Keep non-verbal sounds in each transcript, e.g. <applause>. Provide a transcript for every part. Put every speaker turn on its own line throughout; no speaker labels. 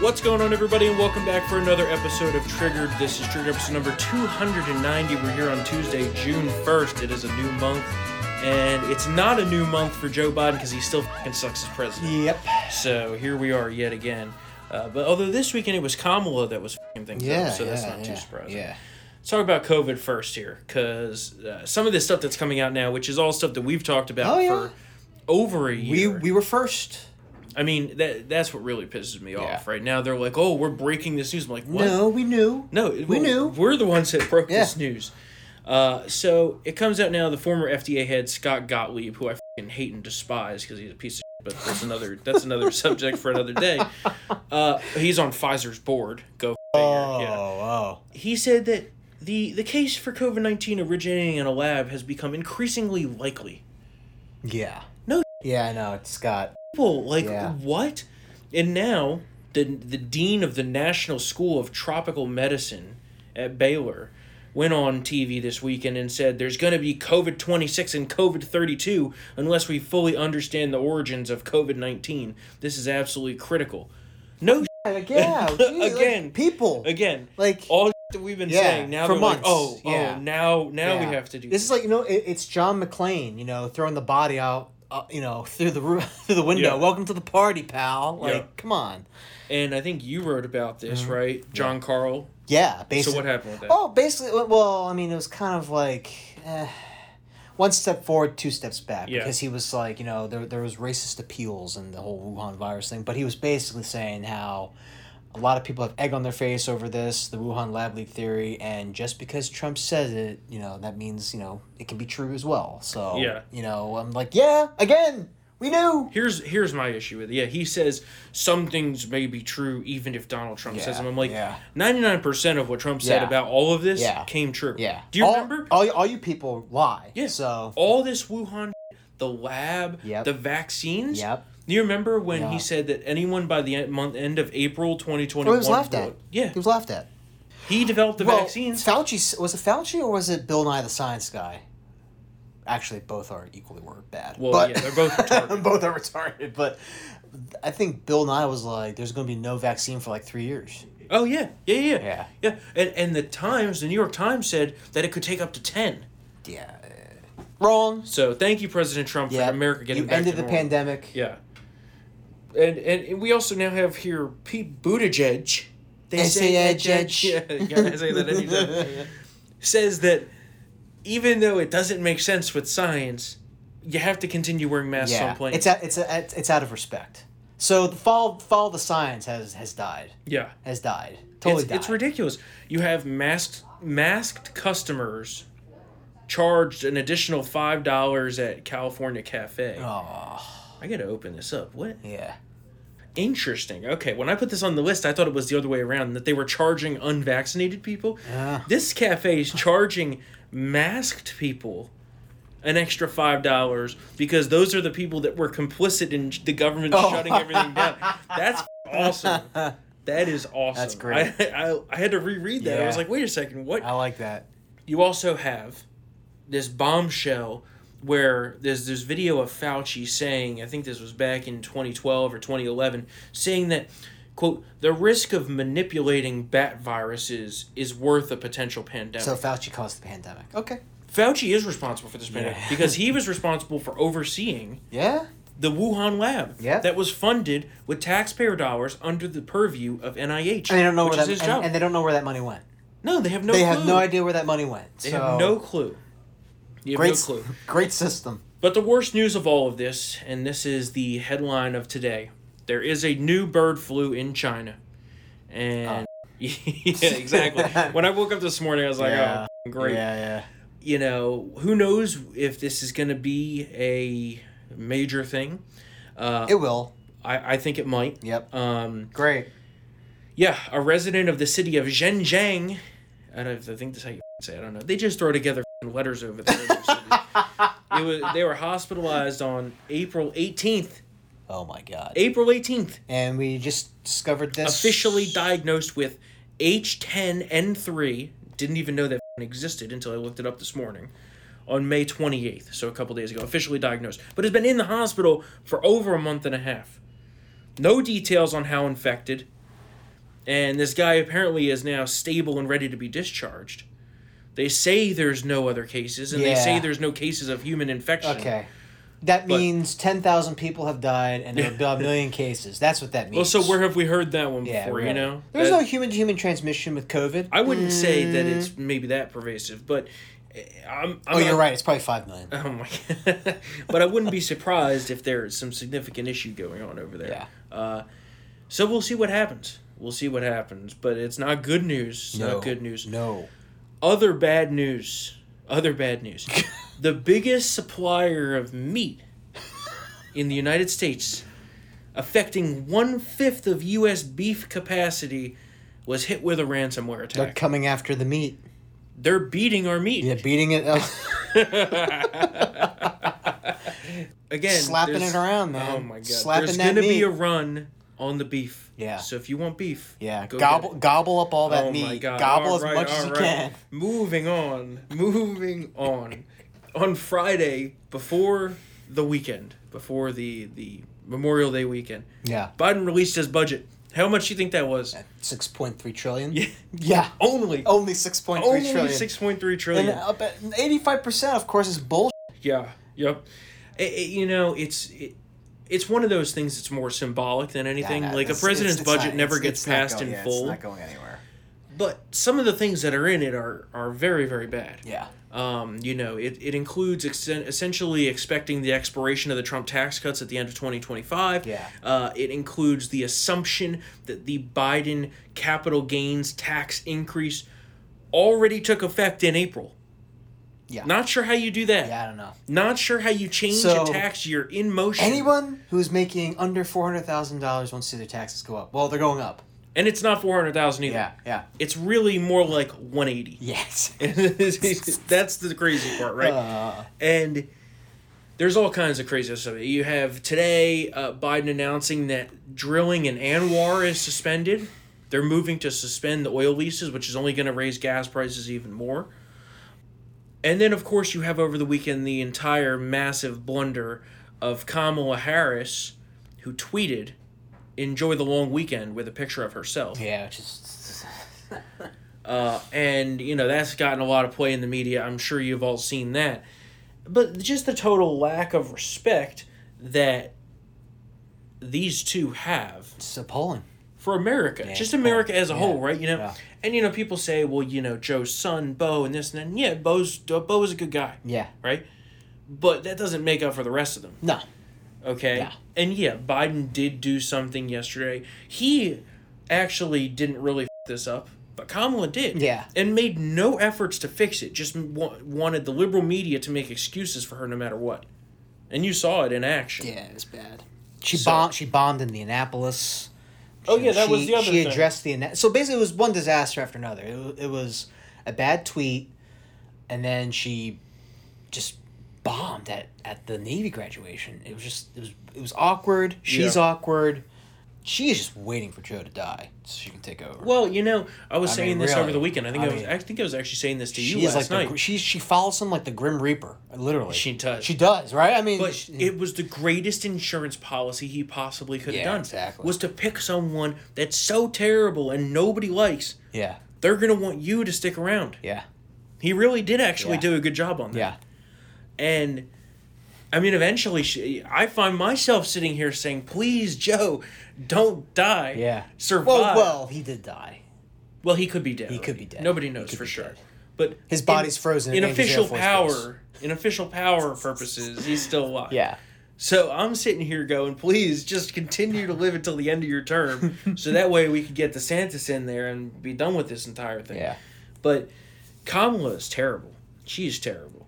What's going on, everybody, and welcome back for another episode of Triggered. This is Triggered episode number 290. We're here on Tuesday, June 1st. It is a new month, and it's not a new month for Joe Biden because he still fucking sucks as president.
Yep.
So here we are yet again. Uh, but although this weekend it was Kamala that was fucking things
Yeah.
up, so that's
yeah,
not
yeah,
too surprising.
Yeah.
Let's talk about COVID first here, because uh, some of this stuff that's coming out now, which is all stuff that we've talked about
Oh, yeah.
for over a year.
We we were first.
I mean, that that's what really pisses me
Yeah.
off right now. They're like, "Oh, we're breaking this news." I'm like, "What?
No, we knew.
no,
we knew.
We're the ones that broke this
Yeah.
news." Uh, so it comes out now. The former FDA head Scott Gottlieb, who I fing hate and despise because he's a piece of, shit, but that's another that's
<laughs>
another subject for another day. Uh, he's on Pfizer's board. Go figure.
Oh,
Yeah
oh.
he said that the the case for COVID nineteen originating in a lab has become increasingly likely.
Yeah.
No.
Yeah, I know. It's Scott.
People like
Yeah.
what? And now the the dean of the National School of Tropical Medicine at Baylor went on TV this weekend and said there's going to be COVID 26 and COVID 32 unless we fully understand the origins of COVID 19. This is absolutely critial. No
<laughs> Yeah. geez,
Again.
Like, people.
again.
Like.
All <laughs> that we've been
Yeah,
saying now
for
they're
months.
like, oh, oh,
Yeah.
now now
yeah.
we have to do
This is like you know it, it's John McClane you know throwing the body out uh, you know through the roo- <laughs> through the
Yeah.
window. Welcome to the party, pal. Like
Yeah.
come on.
And I think you wrote about this,
Uh-huh.
right? John Carl.
Yeah. Basically.
So what happened with that?
Oh, basically, well, I mean, it was kind of like eh, one step forward, two steps back,
Yeah.
because he was like, you know, there there was racist appeals and the whole Wuhan virus thing, but he was basically saying how a lot of people have egg on their face over this, the Wuhan lab leak theory, and just because Trump says it, you know, that means you know it can be true as well. So
Yeah.
you know, I'm like, yeah, again, we knew.
Here's here's my issue with it. Yeah, he says some things may be true even if Donald Trump says them. I'm like,
yeah.
ninety nine percent of what Trump said
Yeah.
about all of this
Yeah.
came true.
Yeah.
Do you
all,
remember?
All, all you people lie.
Yeah.
So.
all this Wuhan, the lab,
Yep.
the vaccines.
Yep.
Do you remember when
Yeah.
he said that anyone by the end, month end of April twenty twenty
Well, he
one?
was laughed at.
Yeah,
He was laughed at.
he developed the
well,
vaccines.
Fauci was it Fauci or was it Bill Nye the Science Guy? Actually, both are equally were bad.
Well,
but,
yeah, they're both retarded.
<laughs> both are retarded. But I think Bill Nye was like, "There's going to be no vaccine for like three years."
Oh yeah, yeah, yeah,
Yeah.
yeah. And and the Times, the New York Times said that it could take up to ten.
Yeah, wrong.
So thank you, President Trump,
Yeah,
for America getting
you
back
ended
to
the
normal.
pandemic.
Yeah, and and we also now have here Pete Buttigieg. They
They say
that <laughs>
Edge.
Yeah, yeah, I say that any
<laughs>
time. Says that even though it doesn't make sense with science, you have to continue wearing masks
yeah.
on planes.
It's a, it's a, it's out of respect. So the fall fall the science has has died
yeah,
has died totally
it's,
died.
it's ridiculous. You have masked masked customers charged an additional five dollars at California Cafe.
Oh. Aw,
I gotta open this up. What?
yeah.
Interesting. Okay, when I put this on the list, I thought it was the other way around that they were charging unvaccinated people.
Yeah.
This cafe is charging masked people an extra five dollars because those are the people that were complicit in the government
Oh.
shutting everything down.
<laughs>
That's awesome. That is awesome.
That's great.
I, I, I had to reread that. I was
Yeah.
like, wait a second, what?
I like that.
you also have this bombshell where there's this video of Fauci saying, I think this was back in 2012 or 2011, saying that, quote, the risk of manipulating bat viruses is worth a potential pandemic.
So Fauci caused the pandemic. Okay.
Fauci is responsible for this pandemic
Yeah.
because he was responsible for overseeing
Yeah.
the Wuhan lab
Yeah.
that was funded with taxpayer dollars under the purview of NIH.
And they don't know
which
where
is
that
his
and,
job.
and they don't know where that money went.
no, they have no
they
clue.
have no idea where that money went.
They
so,
have no clue. You have
great,
no
s-
clue.
great system.
But the worst news of all of this, and this is the headline of today, there is a new bird flu in China.
Uh.
And <laughs> yeah,
<laughs>
exactly. when I woke up this morning, I was like,
Yeah.
oh, great.
Yeah,
You know, who knows if this is going to be a major thing? Uh,
yeah. It will.
I, I think it might.
Yep.
Um,
Great.
yeah, a resident of the city of Zhenjiang. I don't. I think that's how you <laughs> say. It, I don't know. They just throw together <laughs> f***ing letters over there. in their cities. it was, they were hospitalized on April eighteenth.
Oh my god.
April eighteenth,
And we just discovered this
officially diagnosed with H10N3. Didn't even know that f***ing existed until I looked it up this morning. On May twenty eighth, so a couple days ago, officially diagnosed, but has been in the hospital for over a month and a half. No details on how infected. And this guy apparently is now stable and ready to be discharged. They say there's no other cases, and they say
Yeah.
there's no cases of human infection.
Okay. That
But-
means 10,000 people have died and there will be a million cases. That's what that means.
Well, so where have we heard that one
Yeah,
before? You
right.
know,
There's
That-
no human to human transmission with COVID. Mm.
I wouldn't say that it's maybe that pervasive, but eh, I'm. I'm
oh, you're
not-
right. It's probably 5 million.
<laughs> Oh my god! but I wouldn't be surprised if there's some significant issue going on over there. Yeah. Uh, so we'll see what happens. We'll see what happens, but it's not good news. It's not good news.
No.
Other bad news. Other bad
<laughs>
news. the biggest supplier of meat in the United States, affecting one fifth of U.S. beef capacity, was hit with a ransomware
They're
attack.
coming after the meat.
They're beating our meat. <laughs>
Yeah, beating it up,
Again,
slapping
there's-
it around, man.
Oh my god!
Slapping
There's
that
gonna
meat.
be a run on the beef.
Yeah.
So if you want beef,
yeah,
go
gobble
get it. Oh
gobble up all that meat. Gobble
All
as
right,
much as
all
you
right.
can.
Moving on. Moving on. on Friday, before the weekend, before the the Memorial Day weekend, <laughs>
Yeah.
Biden released his budget. How much do you think that was?
6.3 trillion.
Yeah.
Yeah.
Only.
Only 6.3
Only
trillion.
six point three
and uh,
trillion.
up at 85% of course is bullshit.
Yeah. Yep. I- I- you know, it's it, it's one of those things that's more symbolic than anything.
Nah, nah,
like a
it's-
president's
it's- it's
budget
not-
never
it's-
gets
it's not
passed
going-
in
yeah,
full,
It's not going anywhere.
but some of the things that are in it are are very very bad.
Yeah.
Um, you know, it, it includes exen- essentially expecting the expiration of the Trump tax cuts at the end of 2025.
Yeah.
Uh, it includes the assumption that the Biden capital gains tax increase already took effect in April.
Yeah.
Not sure how you do that.
Yeah, I don't know.
Not sure how you change
So-
a tax year in motion.
Anyone who's making under four hundred thousand dollars wants to see their taxes go up. Well, they're going up.
And it's not 400,000 either.
yeah,
It's really more like 180.
yes.
<laughs> That's the crazy part, right?
Uh,
and there's all kinds of crazy stuff. You have today uh, Biden announcing that drilling in Anwar is suspended. They're moving to suspend the oil leases, which is only going to raise gas prices even more. And then, of course, you have over the weekend the entire massive blunder of Kamala Harris, who tweeted, Enjoy the long weekend with a picture of herself.
<laughs> yeah, just
Uh, and you know that's gotten a lot of play in the media. I'm sure you've all seen that, but just the total lack of respect that these two have
it's appalling.
for America,
Yeah,
just
oh,
America as a
yeah,
whole, right? You know,
yeah.
and you know people say, well, you know Joe's son, Bo, and this and then. Yeah, Bo's Bo is a good guy,
Yeah,
right? But that doesn't make up for the rest of them.
no,
Okay.
Yeah.
And yeah, Biden did do something yesterday. He actually didn't really f- this up, but Kamala did.
Yeah.
And made no efforts to fix it. Just wa- wanted the liberal media to make excuses for her no matter what. And you saw it in action.
yeah, it's bad. She
So-
bombed. She bombed Indianapolis.
Oh
She-
yeah, that was
she-
the other
She
thing.
addressed the ana- so basically it was one disaster after another. It, wa- it was a bad tweet, and then she just bombed at at the Navy graduation. It was just it was it was awkward. She's
Yeah.
awkward. She is just waiting for Joe to die so she can take over.
well, you know, I was
I
saying
mean,
this over
really.
the weekend. I think I,
I
was.
mean-
I think I was actually saying this to you
she
last
is like the,
night.
gr- she she follows him like the Grim Reaper, literally.
She does.
She does, right? I mean,
But
she-
it was the greatest insurance policy he possibly could have
Yeah,
done.
exactly.
Was to pick someone that's so terrible and nobody likes.
yeah,
They're gonna want you to stick around.
yeah,
He really did actually
Yeah.
do a good job on that.
yeah.
And I mean, eventually, she, I find myself sitting here saying, please, Joe, don't die.
Yeah.
Survive.
Well,
Well,
well, he did die.
Well, he could be dead.
He could
already.
be dead.
Nobody
He
knows
could
for
be
sure.
dead.
But
His
in-
body's frozen
In
in Andrews
official
Air Force
power, in official power purposes, he's still alive.
Yeah.
So I'm sitting here going, please just continue to live until the end of your
<laughs>
term, so that way we could get DeSantis in there and be done with this entire thing.
Yeah.
But Kamala is terrible. She's terrible.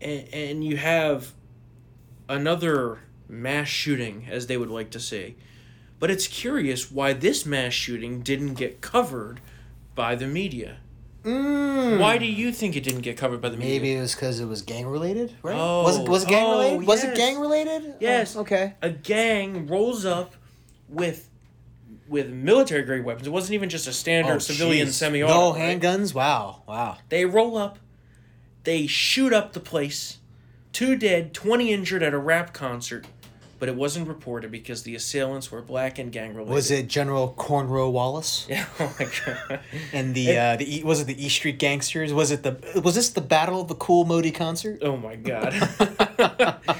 And, and you have another mass shooting, as they would like to say. But it's curious why this mass shooting didn't get covered by the media.
Mm.
Why do you think it didn't get covered by the media?
Maybe it was because it was gang related, right? was it
Oh,
was it gang
oh,
related? Was
yes.
it gang related?
Yes.
Oh, okay.
a gang rolls up with with military grade weapons. It wasn't even just a standard civilian
Oh, jeez.
semi
No
auto.
handguns. Wow. Wow.
They roll up, they shoot up the place. Two dead, twenty injured at a rap concert. but it wasn't reported because the assailants were black and gang related.
Was it General Cornrow Wallace
Yeah. <laughs> Oh my god.
and the uh, the E- was it the E Street Gangsters? Was it the was this the Battle of the Cool Modi concert?
Oh my god.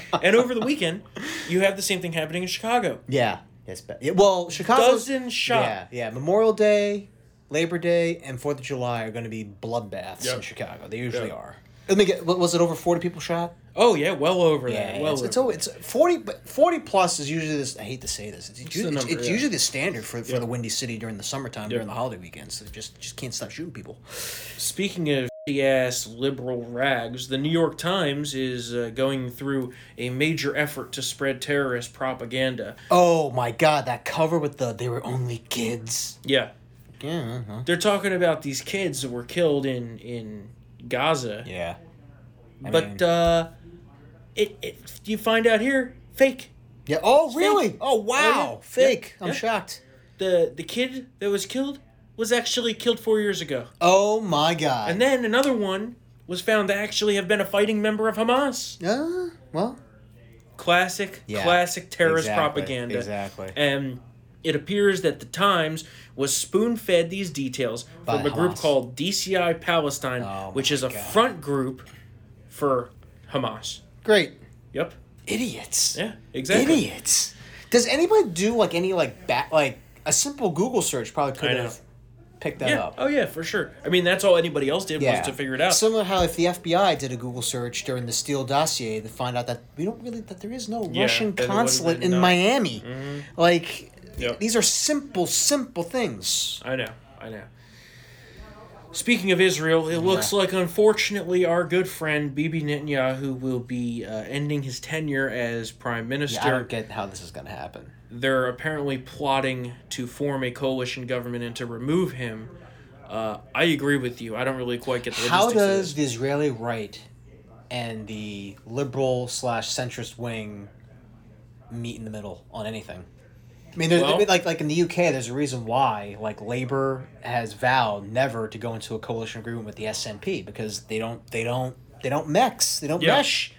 <laughs> and over the weekend, you have the same thing happening in Chicago.
Yeah, yes. Ba- yeah, well, Chicago.
Dozen shot.
Oh. Yeah, yeah. Memorial Day, Labor Day, and Fourth of July are going to be bloodbaths in
Yep.
Chicago. They usually
Yep.
are. Let me get. wa- Was it over forty people shot?
Oh yeah, well over that. Well,
it's,
over.
it's always it's forty, but forty plus is usually this. I hate to say this. It's, usu-
the
it's,
number,
it's
yeah.
usually the standard for, for
Yeah.
the Windy City during the summertime during
Yeah.
the holiday weekends. So they just just can't stop shooting people.
Speaking of ass liberal rags, the New York Times is uh, going through a major effort to spread terrorist propaganda.
Oh my god, that cover with the they were only kids.
Yeah,
Yeah. uh-huh.
they're talking about these kids that were killed in in Gaza,
Yeah. I mean-
but uh, it it you find out here fake.
yeah. Oh really?
Oh,
Oh wow.
yeah. Yep.
Fake. I'm
Yeah.
shocked.
The the kid that was killed was actually killed four years ago,
Oh my god.
and then another one was found to actually have been a fighting member of Hamas.
Uh, well.
Classic,
Yeah.
classic terrorist
Exactly,
propaganda.
Exactly.
And Um, it appears that the Times was spoon fed these details
By
from a group
Hamas.
called DCI Palestine,
Oh
which
my
is a
God.
front group for Hamas.
Great.
Yep.
Idiots.
Yeah, exactly.
Idiots. Does anybody do like any like back like a simple Google search probably could
I know.
have picked that
Yeah.
up.
Oh, yeah, for sure. I mean, that's all anybody else did was to figure it out.
Similar how if the FBI did a Google search during the Steele dossier to find out that we don't really that there is no
Yeah,
Russian
that it wasn't Mm-hmm.
consulate in
enough.
Miami. Like
Yeah.
these are simple, simple things.
I know. I know. Speaking of Israel, it looks like unfortunately our good friend Bibi Netanyahu will be uh, ending his tenure as prime minister.
I don't get how this is gonna happen.
they're apparently plotting to form a coalition government and to remove him. Uh, I agree with you. I don't really quite get the
How
logistics of
does
this.
the Israeli right and the liberal slash centrist wing meet in the middle on anything? I mean, there's, I
Well-
mean, like like in the UK, there's a reason why like Labour has vowed never to go into a coalition agreement with the SNP because they don't they don't they don't mix they don't
Yeah.
mesh.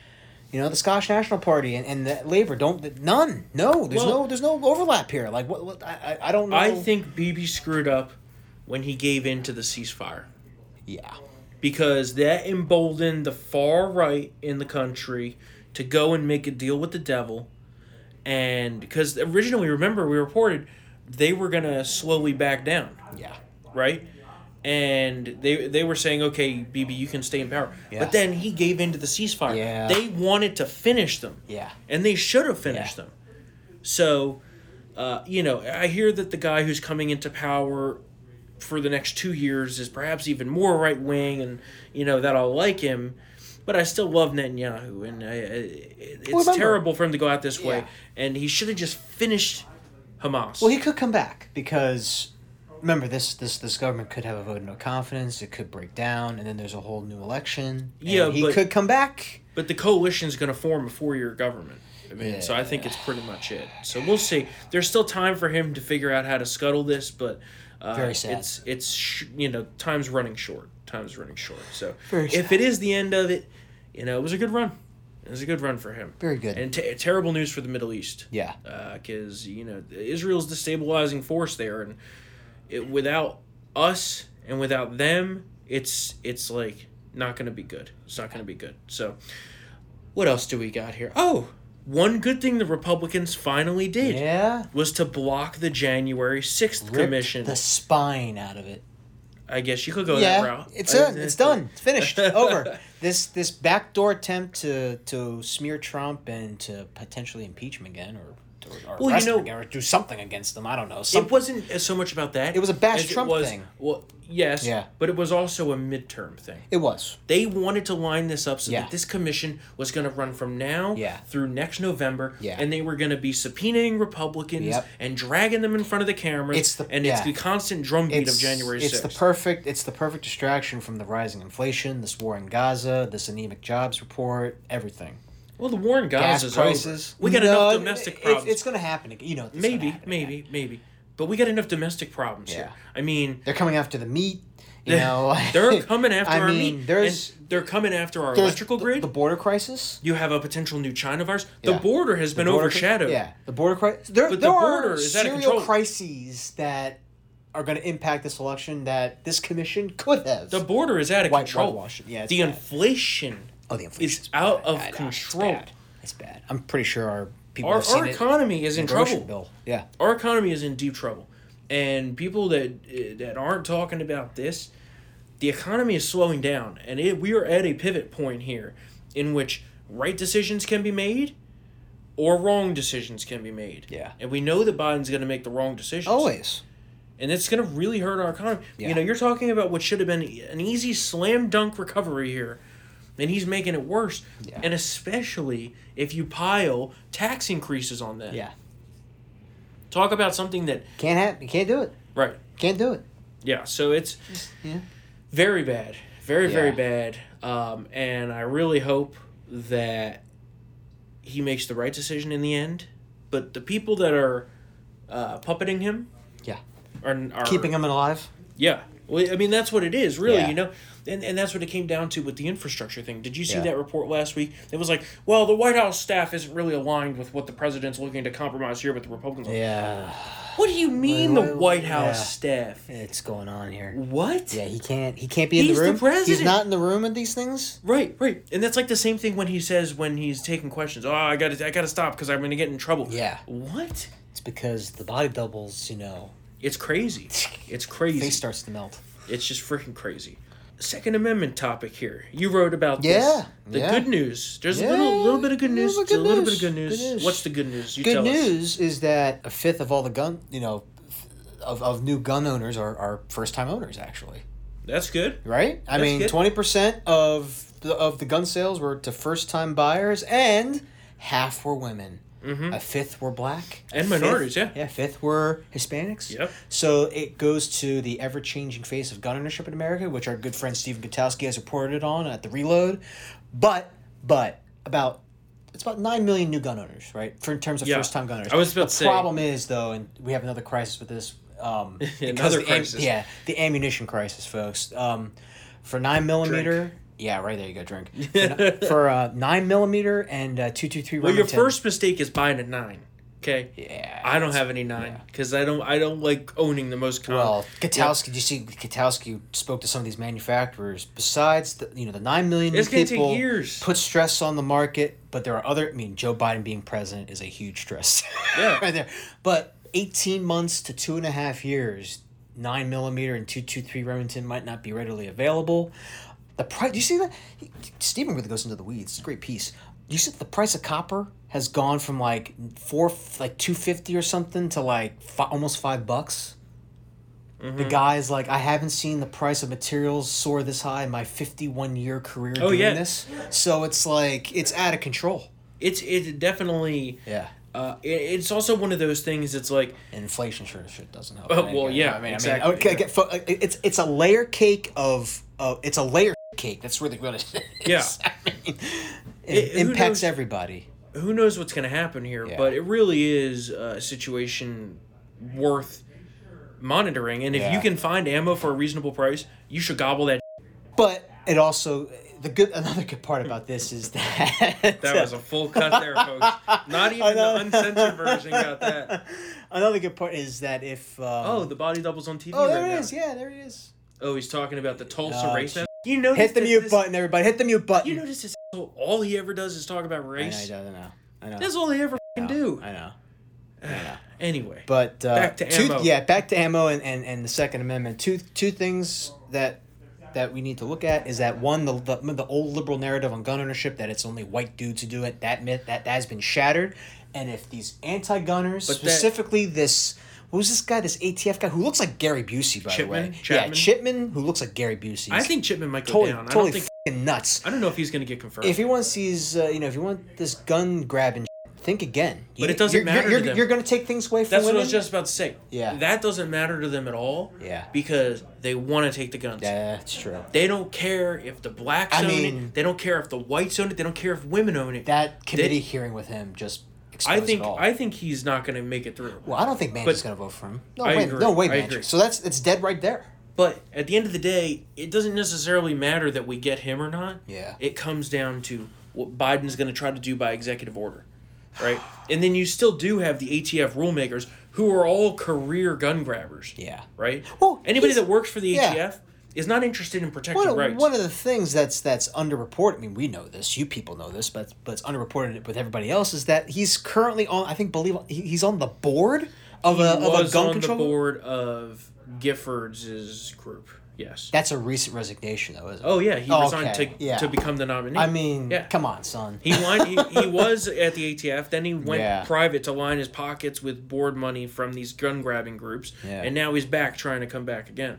You know, the Scottish National Party and, and the Labour don't none no there's
Well-
no there's no overlap here. Like what, what I, I I don't know.
I think BB screwed up when he gave in to the ceasefire
yeah
because that emboldened the far right in the country to go and make a deal with the devil. And because originally, remember, we reported they were going to slowly back down.
yeah
right? And they they were saying, okay, BB, you can stay in power.
Yeah.
But then he gave in to the ceasefire.
Yeah.
They wanted to finish them,
yeah
and they should have finished
Yeah.
them. So, uh, you know, I hear that the guy who's coming into power for the next two years is perhaps even more right wing, and you know that I'll like him. But I still love Netanyahu, and I, I, it- it's
remember-
terrible for him to go out this way.
Yeah.
And he should have just finished Hamas.
Well, he could come back because remember this this this government could have a vote of no confidence. It could break down, and then there's a whole new election. and
Yeah,
he
but-
could come back.
But the coalition's going to form a four-year government. I mean, so I think it's pretty much it. So we'll see. There's still time for him to figure out how to scuttle this, but uh,
Very sad.
It's it's sh- you know time's running short. Time's running short. So
Very
if it is the end of it, you know it was a good run. It was a good run for him.
Very good.
And t- terrible news for the Middle East.
yeah,
Because uh, you know Israel's destabilizing force there, and it, without us and without them, it's it's like not gonna be good. It's not gonna be good. So, what else do we got here? Oh, one good thing the Republicans finally did
yeah.
was to block the January sixth
Ripped
commission.
the spine out of it.
I guess you could go that
yeah,
route.
it's done. It's done.
<laughs>
It's finished. Over. This this backdoor attempt to to smear Trump and to potentially impeach him again or. Or, or
Well, you
arrest him
know-
again, or do something against them. I don't know.
It
Some,
wasn't as so much about that.
It was a bash
as it
Trump
was-
thing.
Well, yes.
Yeah.
But it was also a midterm thing.
it was.
They wanted to line this up so
Yeah.
that this commission was going to run from now
Yeah.
through next November,
Yeah.
and they were going to be subpoenaing Republicans
Yep.
and dragging them in front of the cameras.
It's the-
and
yeah.
it's the constant drumbeat of January
It's
sixth.
the perfect. It's the perfect distraction from the rising inflation, this war in Gaza, this anemic jobs report, everything.
well, the war in
Gas
Gaza is
prices.
over. We got
No,
enough
it-
domestic
it-
problems.
It's going to happen again. You know, it's gonna
maybe,
happen again.
maybe, maybe. But we got enough domestic problems
Yeah.
here. I mean,
they're coming after the meat. You know,
<laughs>
<laughs>
they're coming after
I
our
mean,
meat.
there's-
and they're coming after our
There's
electrical
the-
grid.
the border crisis.
you have a potential new China virus.
Yeah.
The border has been
The border cri-
overshadowed.
Yeah, the border crisis. There,
But the
there
border
are
is out of
serial
control.
crises that are going to impact this election that this commission could have.
The border is out of
White-
control.
whitewash it. Yeah, it's
the
bad.
inflation
oh, the
is
inflation's
out
bad.
of
I know,
control.
It's bad. It's bad. I'm pretty sure our people
Our,
have seen
our
it
economy is
the
in
grocery
trouble.
Bill. Yeah,
Our economy is in deep trouble. And people that uh, that aren't talking about this, the economy is slowing down, and it, we are at a pivot point here, in which right decisions can be made, or wrong decisions can be made.
Yeah.
And we know that Biden's going to make the wrong decisions.
always.
and it's going to really hurt our economy.
Yeah.
You know, you're talking about what should have been an easy slam dunk recovery here, and he's making it worse.
Yeah.
And especially if you pile tax increases on that.
Yeah,
Talk about something that
can't happen. You can't do it.
right.
Can't do it.
Yeah. So it's
Yeah.
very bad, very very
Yeah.
bad. Um, and I really hope that he makes the right decision in the end. But the people that are uh, puppeting him,
Yeah.
are, are
Keeping them alive.
Yeah. Well, I mean, that's what it is, really,
Yeah.
you know? And, and that's what it came down to with the infrastructure thing. Did you see
Yeah.
that report last week? It was like, well, the White House staff isn't really aligned with what the president's looking to compromise here with the Republicans.
Yeah,
What do you mean, the
Well,
White
yeah.
House staff?
it's going on here.
What?
Yeah, he can't. He can't be in
He's
the
the
room. He's
president.
not in the room at these things.
Right, right. And that's like the same thing when he says, when he's taking questions, oh, I got to I gotta stop because I'm going to get in trouble.
Yeah.
What?
It's because the body doubles. You know,
It's crazy. It's
face
crazy.
starts to melt.
It's just freaking crazy. Second Amendment topic here. You wrote about this.
Yeah,
The
yeah.
good news. There's
Yeah,
a little little bit of good
yeah,
news.
little
There's a
good
little
news,
bit of good news.
good news.
What's the good news? You
good
tell us.
news is that a fifth of all the gun you know of, of new gun owners are, are first time owners actually
That's good.
right i
That's
mean
good.
20% of the, of the gun sales were to first time buyers and half were women a fifth were black a
Mm-hmm. And minorities,
fifth-
yeah.
yeah fifth were hispanics
Yep.
so it goes to the ever changing face of gun ownership in america which our good friend stephen gutowski has reported on at the reload but but about it's about 9 million new gun owners right for in terms of
Yeah.
first time gun owners
I was about
the
to say-
problem is though and we have another crisis with this um
<laughs>
because
Another
the am-
crisis.
yeah the ammunition crisis folks um for nine millimeter yeah right there you go drink
<laughs>
for, for, uh nine millimeter and uh, 223
Well, your
Remington,
first mistake is buying a nine. Okay.
yeah
I don't have any nine because I don't. I don't like owning the most common.
Well, Katowski, you see, Katowski spoke to some of these manufacturers. Besides, the, you know, the nine million
It's
new
gonna take
people
years.
put stress on the market, but there are other. I mean, Joe Biden being president is a huge stress, <laughs>
Yeah.
right there. But eighteen months to two and a half years, nine millimeter and two two three Remington might not be readily available. The price. Do you see that? He, Stephen really goes into the weeds. It's a great piece. You see, that the price of copper has gone from like four, like two fifty or something, to like fi- almost five bucks.
Mm-hmm.
The guy's like, I haven't seen the price of materials soar this high in my 51 year career
Oh,
doing
yeah.
this. So it's like, it's out of control.
it's it definitely.
Yeah.
Uh, it, it's also one of those things. It's like
Inflation sure as shit doesn't help.
Oh,
right?
well, yeah,
I mean, I
exactly,
mean, okay,
yeah.
okay, fo- it's, it's a layer cake of, of it's a layer cake. That's really what it is.
Yeah.
<laughs> I mean, it,
It- who
impacts
knows?
everybody.
who knows what's going to happen here,
Yeah.
but it really is a situation worth monitoring. And if
Yeah.
you can find ammo for a reasonable price, you should gobble that.
But it also, the good, another good part about this is that.
<laughs> That was a full
<laughs>
cut there, folks. Not even the uncensored version got that.
<laughs> Another good part is that if. Um,
Oh, the body doubles on TV
oh,
right
there it
now.
is. Yeah, there it is.
Oh, he's talking about the Tulsa
Oh,
race.
shit.
You know,
Hit the mute
this,
button, everybody. Hit the mute button.
You notice this asshole, all he ever does is talk about
I know,
race.
I don't know. I know.
That's all he ever
I
f***ing
know.
do.
I know.
Anyway,
But uh,
Back to
two-
ammo.
yeah, back to ammo and, and, and the Second Amendment. Two two things that that we need to look at is that one the, the the old liberal narrative on gun ownership that it's only white dudes who do it that myth that that has been shattered, and if these anti gunners
But that-
specifically this. Who's this guy? This ATF guy who looks like Gary Busey, by the
Chipman?
way. Yeah,
Chapman?
Chipman, who looks like Gary Busey.
I
He's
think Chipman might go
totally,
down. I
totally
don't think.
fucking nuts.
I don't know if he's going to get confirmed.
if he wants these, uh, you know, if you want this gun grabbing, shit, think again.
But
You-
it doesn't
you're,
matter to
You're, you're,
them.
you're going to take things away from
That's
women.
what I was just about to say.
Yeah.
That doesn't matter to them at all.
Yeah.
Because they want to take the guns.
That's true.
They don't care if the blacks
I
own
mean-
it. They don't care if the whites own it. They don't care if women own it.
That committee hearing with him just exposed
I think
it all.
I think he's not going to make it through.
well, I don't think Manchin's
but-
going to vote for him. No
I
way.
agree,
No way,
I agree.
Manchin. So that's it's dead right there.
But at the end of the day, it doesn't necessarily matter that we get him or not.
Yeah.
It comes down to what Biden's going to try to do by executive order, right? and then you still do have the ATF rulemakers who are all career gun grabbers,
yeah.
right?
Well,
Anybody
he's-
that works for the
yeah.
ATF is not interested in protecting
One of,
rights.
one of the things that's that's underreported. I mean, we know this. You people know this, but but it's underreported with everybody else. Is that he's currently on? I think believe he- he's on the board of a
he
of a
was
gun
on
control.
the board of Giffords' group. Yes.
That's a recent resignation, though, isn't it?
Oh yeah, he
Oh,
resigned
okay,
to
yeah.
to become the nominee.
I mean,
yeah.
come on, son.
He won. He, he was at the ATF. Then he went
Yeah.
private to line his pockets with board money from these gun grabbing groups.
Yeah.
And now he's back trying to come back again.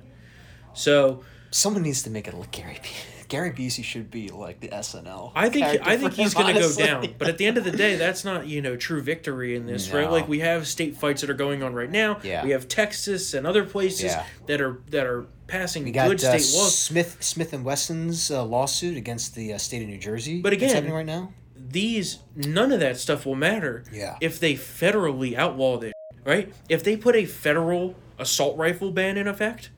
So
Someone needs to make it look Gary. Bu- <laughs> Gary Busey should be like the SNL.
I think
character
I think
for
he's
him,
going to go
honestly.
down. But at the end of the day, that's not you know true victory in this, right?
No.
Like we have state fights that are going on right now.
Yeah.
We have Texas and other places
Yeah.
that are that are passing
We got
good
uh,
state laws.
Smith Smith and Wesson's uh, lawsuit against the uh, state of New Jersey.
But
that's
again-
happening right now.
these none of that stuff will matter
Yeah.
if they federally outlaw this right if they put a federal assault rifle ban in effect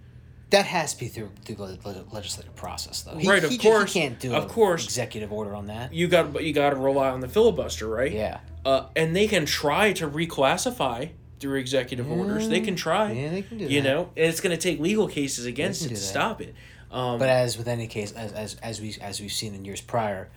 That has to be through, through the le- legislative process, though. He-
Right, of
he ju- he
course,
can't do
of
an
course.
executive order on that.
you got but you got to rely on the filibuster right
Yeah,
uh, and they can try to reclassify through executive orders they can try
yeah, they can do
you
that.
know and it's going to take legal cases against
can
it to
do that.
stop it um,
But as with any case, as, as as we as we've seen in years prior,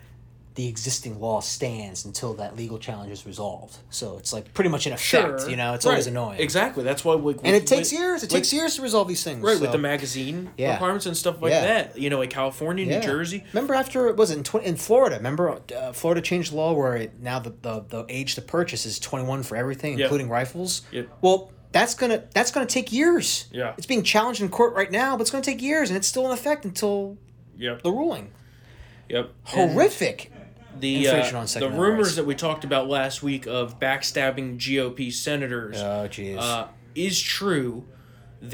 the existing law stands until that legal challenge is resolved. So it's like pretty much in effect. You know, it's always
Right.
annoying.
exactly that's why we,
And it takes years. It takes years to resolve these things.
Right,
so-
with the magazine
Yeah.
requirements and stuff like
Yeah.
that. You know, in California, New Jersey,
Remember after it was it in tw- in Florida. Remember uh, Florida changed the law where it, now the, the the age to purchase is twenty one for everything,
Yeah.
including rifles.
Yeah.
Well, that's gonna that's gonna take years.
Yeah.
It's being challenged in court right now, but it's gonna take years, and it's still in effect until
Yep.
the ruling.
Yep. And-
Horrific.
the
Inflation
uh,
on
the
Second Amendment
rumors
rights.
that we talked about last week of backstabbing GOP senators
Oh jeez.
uh, is true.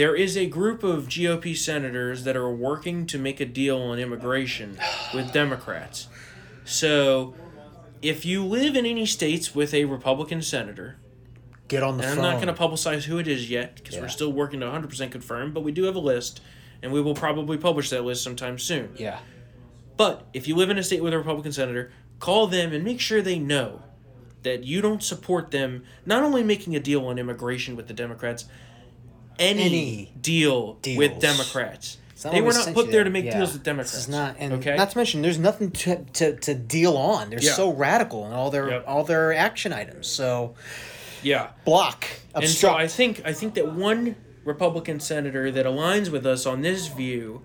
There is a group of GOP senators that are working to make a deal on immigration with Democrats. So, if you live in any states with a Republican senator,
Get on the
and I'm
phone.
not going to publicize who it is yet because
Yeah.
we're still working to 100% confirm, but we do have a list, and we will probably publish that list sometime soon.
yeah.
But if you live in a state with a Republican senator, call them and make sure they know that you don't support them not only making a deal on immigration with the Democrats, any,
Any
deal with
deals.
Democrats.
It's not
They
what
were
we
not
sent
put
you
there to make
Yeah.
deals with Democrats.
This is not, and
okay.
not to mention, there's nothing to, to, to deal on. They're
Yeah.
so radical in all their
Yep.
all their action items. So
yeah.
block,
And so
obstruct.
I think I think that one Republican senator that aligns with us on this view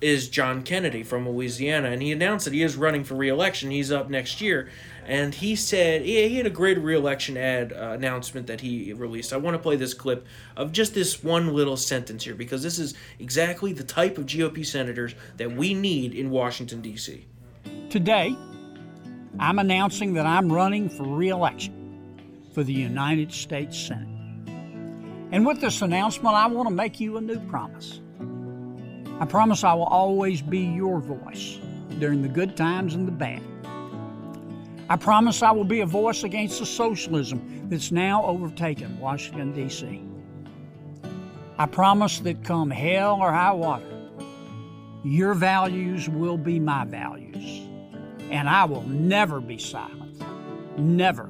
is John Kennedy from Louisiana, and he announced that he is running for reelection. He's up next year, and he said yeah, he had a great reelection ad uh, announcement that he released. I want to play this clip of just this one little sentence here because this is exactly the type of GOP senators that we need in Washington D.C.
Today, I'm announcing that I'm running for re election for the United States Senate. And with this announcement, I want to make you a new promise. I promise I will always be your voice during the good times and the bad. I promise I will be a voice against the socialism that's now overtaken Washington, D.C. I promise that come hell or high water, your values will be my values and I will never be silent. Never.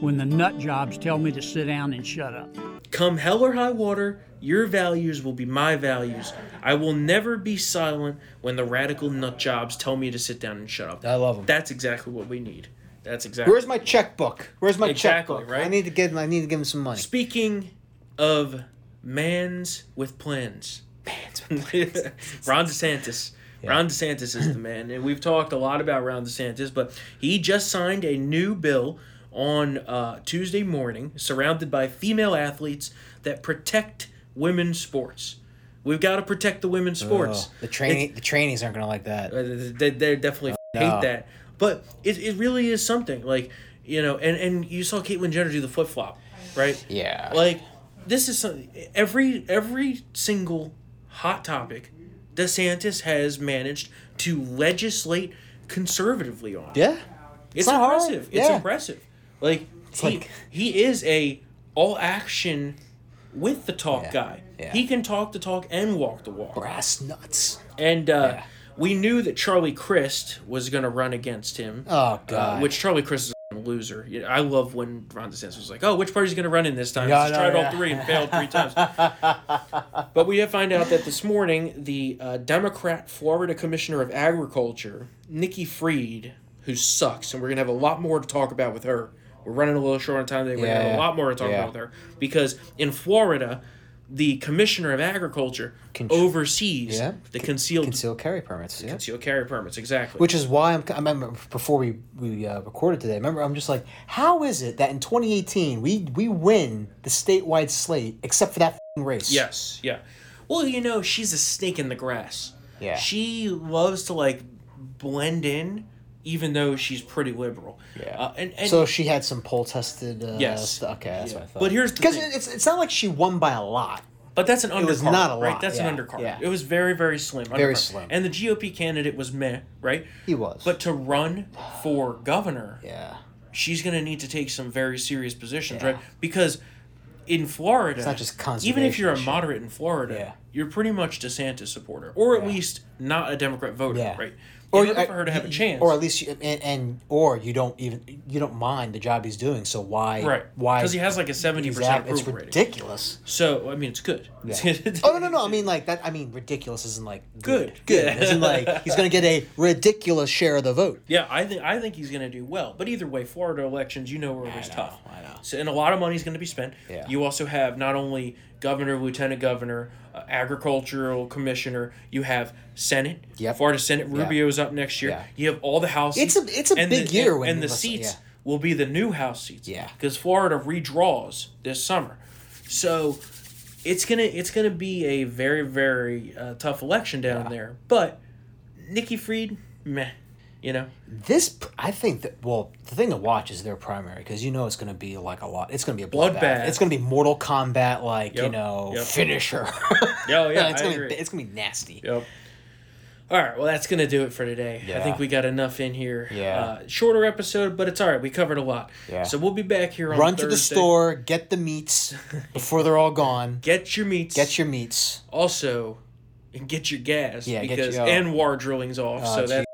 When the nut jobs tell me to sit down and shut up.
Come hell or high water, your values will be my values. I will never be silent when the radical nut jobs tell me to sit down and shut up.
I love 'em.
That's exactly what we need. That's exactly.
Where's my checkbook? Where's my
Exactly,
checkbook?
right?
I need to give him. I need to give him some money.
Speaking of mans with plans. Mans with plans. <laughs> Ron DeSantis. Ron DeSantis is the man. And we've talked a lot about Ron DeSantis, but he just signed a new bill on uh, Tuesday morning surrounded by female athletes that protect women's sports. We've got to protect the women's sports.
Oh, the training, the trainees aren't gonna like that.
Uh, they, they definitely f- hate
Oh, no.
that. But it, it really is something. Like, you know, and, and you saw Caitlyn Jenner do the flip flop, right?
Yeah.
Like, this is something. Every every single hot topic, DeSantis has managed to legislate conservatively on.
yeah.
it's,
not hard.
impressive. It's
Yeah.
impressive. Like he
like-
he is a all action with the talk guy.
yeah.
He can talk the talk and walk the walk.
Brass nuts.
And uh,
Yeah.
we knew that Charlie Crist was going to run against him.
Oh
Uh,
god.
which Charlie Chris is a loser. You know, I love when Ron DeSantis was like, "Oh, which party's going to run in this time?"
Yeah,
He's
I know,
tried all
yeah.
three and failed three times.
<laughs>
but we have find out that this morning, the uh, Democrat Florida Commissioner of Agriculture, Nikki Freed, who sucks, and we're going to have a lot more to talk about with her. We're running a little short on time today. We're going to
Yeah,
have a lot more to talk
yeah.
about with her because in Florida, the Commissioner of Agriculture
Con-
oversees
Yeah.
the concealed concealed,
concealed carry permits. Yeah.
carry permits. Exactly.
Which is why I'm. I remember before we we uh, recorded today. Remember, I'm just like, how is it that in 2018 we we win the statewide slate except for that fing race?
Yes, yeah. Well, you know, she's a snake in the grass.
Yeah.
She loves to like blend in, even though she's pretty liberal.
Yeah.
Uh, and and
so she had some poll tested. Uh,
Yes.
stu- okay, that's
yeah.
what I thought.
But here's the
because
thing.
it's it's not like she won by a lot.
But that's an undercard,
was not a
right?
lot,
That's
yeah,
an undercard.
yeah.
It was very, very slim.
Very
undercard.
slim.
And the GOP candidate was meh, right?
He was.
But to run for governor,
yeah,
she's going to need to take some very serious positions,
Yeah.
right? Because in Florida,
not just
even if
conservation
you're a
and shit.
moderate in Florida,
Yeah.
you're pretty much DeSantis supporter, or at least not a Democrat voter,
yeah,
right?
Or
in order
I-
for her to have a
y-
chance,
or at least you, and, and or you don't even you don't mind the job he's doing. So why
right?
Why
Because he has like a seventy percent
exact-
approval
It's
rating. <laughs>
ridiculous.
So I mean, it's good. <laughs>
Oh no no no! I mean like that. I mean ridiculous isn't like
Good.
Good
Yeah.
isn't like he's gonna get a ridiculous share of the vote.
Yeah, I think I think he's going to do well. But either way, Florida elections, you know, are always
know,
tough.
I know.
So, and a lot of money's going to be spent.
Yeah.
You also have not only governor, lieutenant governor, uh, agricultural commissioner. You have Senate.
Yep.
Florida Senate Rubio's up next year.
Yeah.
You have all the house.
It's
seats,
a- it's a
and
big
the,
year
and,
when
and
you
the
listen-
seats
yeah.
will be the new house seats.
Yeah.
Because Florida redraws this summer, so it's gonna it's gonna be a very very uh, tough election down there. But Nikki Freed, meh, you know.
This pr- I think that well the thing to watch is their primary because you know it's gonna be like a lot. It's gonna be a bloodbath.
Bloodbath.
It's gonna be Mortal Kombat like you
Yep,
know
yep.
finisher. <laughs>
<laughs> Yeah, yeah,
it's
I
gonna
agree.
Be, it's gonna be nasty.
Yep. All right, well, that's going to do it for today. I
Yeah.
think we got enough in here.
Yeah.
Uh, shorter episode, but it's all right. We covered a lot.
Yeah.
So we'll be back here on
Run to the
Thursday.
store, get
<laughs>
the meats before they're all gone.
Get your meats.
Get your meats.
also, and get your gas.
Yeah, get your-
because
oh.
and war drilling's off.
Oh,
so that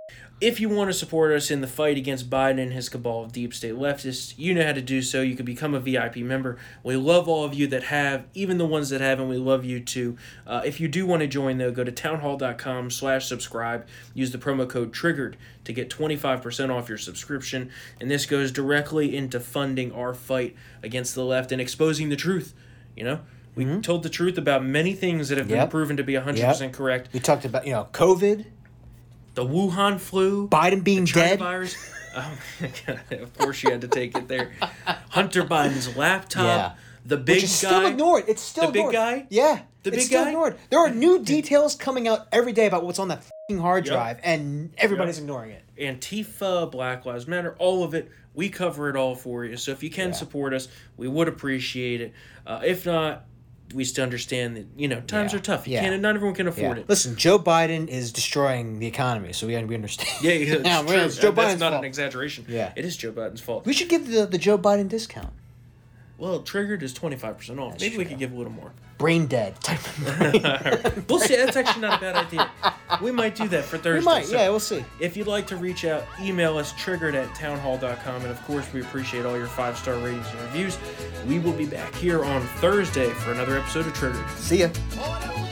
if you want to support us in the fight against Biden and his cabal of deep state leftists, you know how to do so. You can become a VIP member. We love all of you that have, even the ones that haven't. We love you too. Uh, if you do want to join, though, go to townhall.com slash subscribe. Use the promo code TRIGGERED to get 25% off your subscription. And this goes directly into funding our fight against the left and exposing the truth, you know? We told the truth about many things that have been
Mm-hmm. Yep.
proven to be 100% correct.
We talked about you know COVID,
The Wuhan flu,
Biden being
China
dead.
virus. Oh my God. Of course, you had to take it there. Hunter Biden's laptop.
Yeah.
The big
which is
guy.
still ignored. It's still
The big
ignored.
guy?
Yeah,
The
it's
big
still
guy?
ignored. There are new details coming out every day about what's on that fing hard
Yep.
drive, and everybody's ignoring it.
Antifa, Black Lives Matter, all of it. We cover it all for you. So if you can support us, we would appreciate it. Uh, if not, we still understand that you know times
Yeah.
are tough. You
Yeah.
can't. Not everyone can afford it.
Listen, Joe Biden is destroying the economy, so we we understand.
Yeah, yeah, it's
Now,
true.
really, it's Joe
That's
Biden's
not
fault.
an exaggeration.
Yeah.
it is Joe Biden's fault.
<laughs> We should give the the Joe Biden discount.
Well, triggered is twenty five percent off. Maybe we
true.
could give a little more. <laughs>
Brain dead type of brain.
We'll see. That's actually not a bad idea. We might do that for Thursday.
<laughs> we might.
So-
Yeah, we'll see.
If you'd like to reach out, email us triggered at townhall.com. And of course, we appreciate all your five star ratings and reviews. We will be back here on Thursday for another episode of Triggered.
See ya.
Order